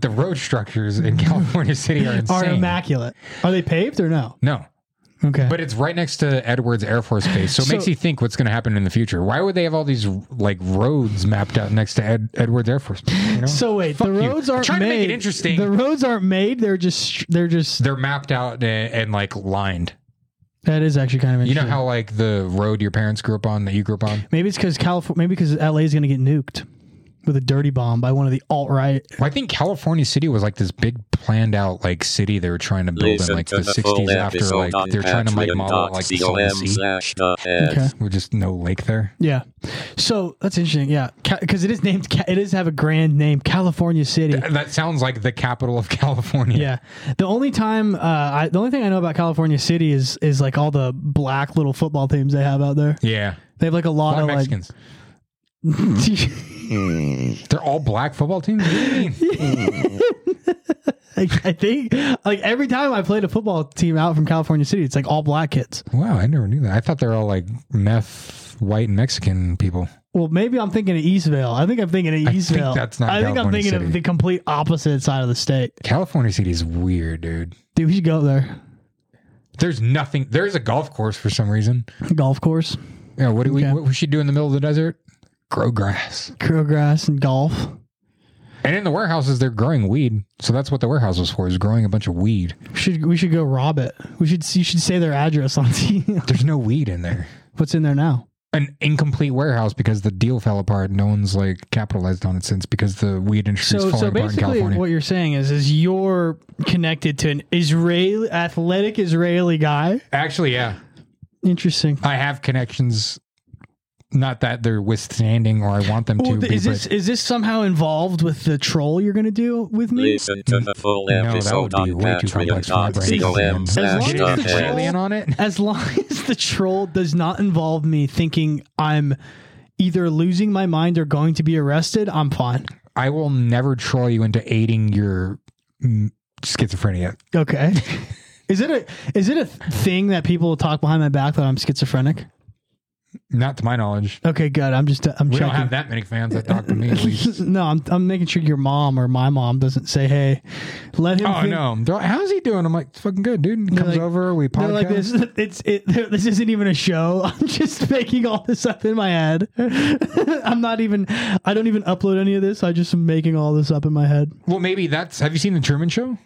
the road structures in California City are insane. Are immaculate. Are they paved or no? no, Okay. but it's right next to Edwards Air Force Base, so it makes So- you think what's going to happen in the future. Why would they have all these like roads mapped out next to Ed- Edwards Air Force Base? You know? so wait, the Fuck you. roads aren't Trying to made. make it interesting. The roads aren't made. They're just they're just They're mapped out and, and like lined. that is actually kind of You know interesting. how like the road your parents grew up on that you grew up on. maybe it's because California. Maybe because LA is going to get nuked with a dirty bomb by one of the alt right. Well, I think California City was like this big planned out like city they were trying to build in Listen like to the the full sixties after episode like on they're trying to like model it, like the Salton patreon.com Sea slash the head. Okay. with just no lake there. Yeah. So that's interesting. Yeah, because it is named. Ca- It does have a grand name, California City. That sounds like the capital of California. Yeah. The only time, uh, I, the only thing I know about California City is is like all the black little football teams they have out there. Yeah. They have like A a lot, lot of of Mexicans. like. They're all black football teams. What do you mean? like, I think like every time I played a football team out from California City, it's like all black kids. wow, I never knew that. I thought they were all like meth, white, and Mexican people. Well, maybe I'm thinking of Eastvale. I think I'm thinking of I think Eastvale. that's not I think I'm California thinking City. of the complete opposite side of the state. California City is weird, dude. Dude, we should go there. There's nothing. There's a golf course for some reason. Golf course, Yeah, what do we? Okay. What we should do in the middle of the desert? Grow grass. crow grass, and golf. And in the warehouses, they're growing weed. So that's what the warehouse was for, is growing a bunch of weed. We should we should go rob it? We should you should say their address on. There's no weed in there. What's in there now? An incomplete warehouse because the deal fell apart. No one's like capitalized on it since because the weed industry is So, falling so apart in basically, California. what you're saying is, is you're connected to an Israeli athletic Israeli guy. Actually, yeah. Interesting. I have connections. Not that they're withstanding or I want them Well, to th- be, is this is this somehow involved with the troll you're going to do with me? Listen to the full No, Mm-hmm. that would episode be on way too complex for my brain. patreon.com but As slash long the as getting it's an head. alien on it. As long as the troll does not involve me thinking I'm either losing my mind or going to be arrested, I'm fine. I will never troll you into aiding your mm, schizophrenia. Okay. Is it a is it a thing that people talk behind my back that I'm schizophrenic? Not to my knowledge. Okay, good. I'm just I'm We checking. don't have that many fans that talk to me. At least. no, I'm, I'm making sure your mom or my mom doesn't say, "Hey, let him." Oh think- no! They're like, How's he doing? I'm like, it's fucking good, dude. Comes like- over, we They're podcast. like this. It's it. This isn't even a show. I'm just making all this up in my head. I'm not even. I don't even upload any of this. I just am making all this up in my head. Well, maybe that's. Have you seen the Truman Show?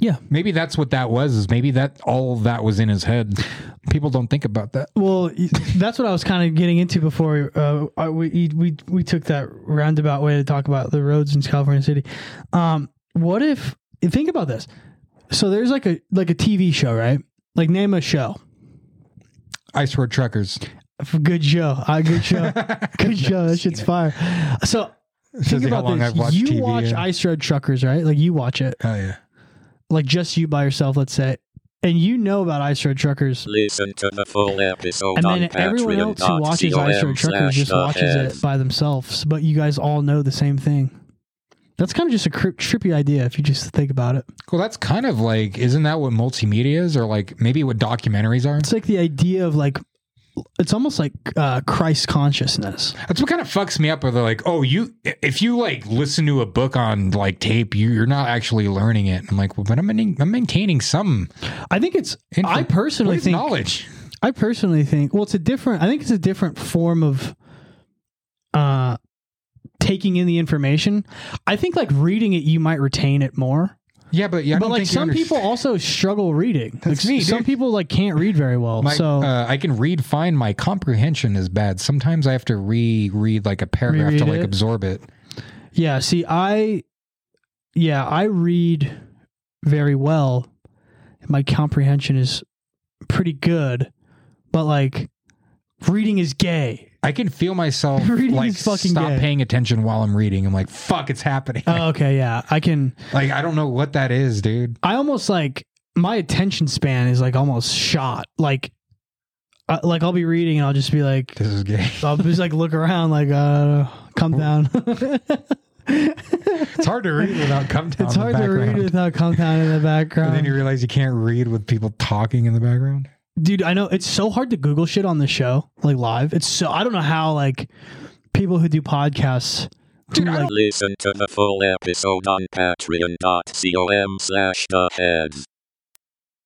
Yeah. Maybe that's what that was. Is maybe that all that was in his head. People don't think about that. Well, y- that's what I was kind of getting into before uh, I- we we we took that roundabout way to talk about the roads in California City. Um, what if think about this? So there's like a like a TV show, right? Like name a show. Ice Road Truckers. Good show. Uh, good show. good show. That shit's fire. So Shows think you how about long this. I've watched you TV, watch yeah. Ice Road Truckers, right? Like you watch it, Oh yeah. like just you by yourself, let's say, and you know about Ice Road Truckers, Listen to the full episode and on then everyone else who watches Ice Road patreon.com Truckers slash just the watches head. it by themselves. But you guys all know the same thing. That's kind of just a cri- trippy idea if you just think about it. Well, that's kind of like, isn't that what multimedia is, or like maybe what documentaries are? It's like the idea of like, it's almost like uh, Christ consciousness. That's what kind of fucks me up. Where they're like, oh, you, if you like listen to a book on like tape, you, you're not actually learning it. I'm like, well, but I'm, main- I'm maintaining some. I think it's. Info- I what personally is think knowledge. I personally think well, it's a different. I think it's a different form of uh taking in the information. I think like reading it, you might retain it more. Yeah, but yeah, I but don't like think you some understand- people also struggle reading. That's Like, me, some dude. people like can't read very well. My, so uh, I can read fine. My comprehension is bad. Sometimes I have to reread like a paragraph to Reread like it? absorb it. yeah, see, I yeah, I read very well. My comprehension is pretty good, but like reading is gay. I can feel myself Reading like is fucking stop gay. paying attention while I'm reading. I'm like, fuck, it's happening. Oh, okay, yeah, I can. like I don't know what that is, dude. I almost like my attention span is like almost shot. Like, uh, like I'll be reading and I'll just be like, This is gay. I'll just like look around, like, uh, come down. It's hard to read without come down. it's in the hard to read background. without come down in the But then you background, realize you can't read with people talking in the background. dude. I know it's so hard to Google shit on the show, like live. It's so I don't know how like people who do podcasts Dude, I don't Listen to the full episode on patreon.com slash the heads.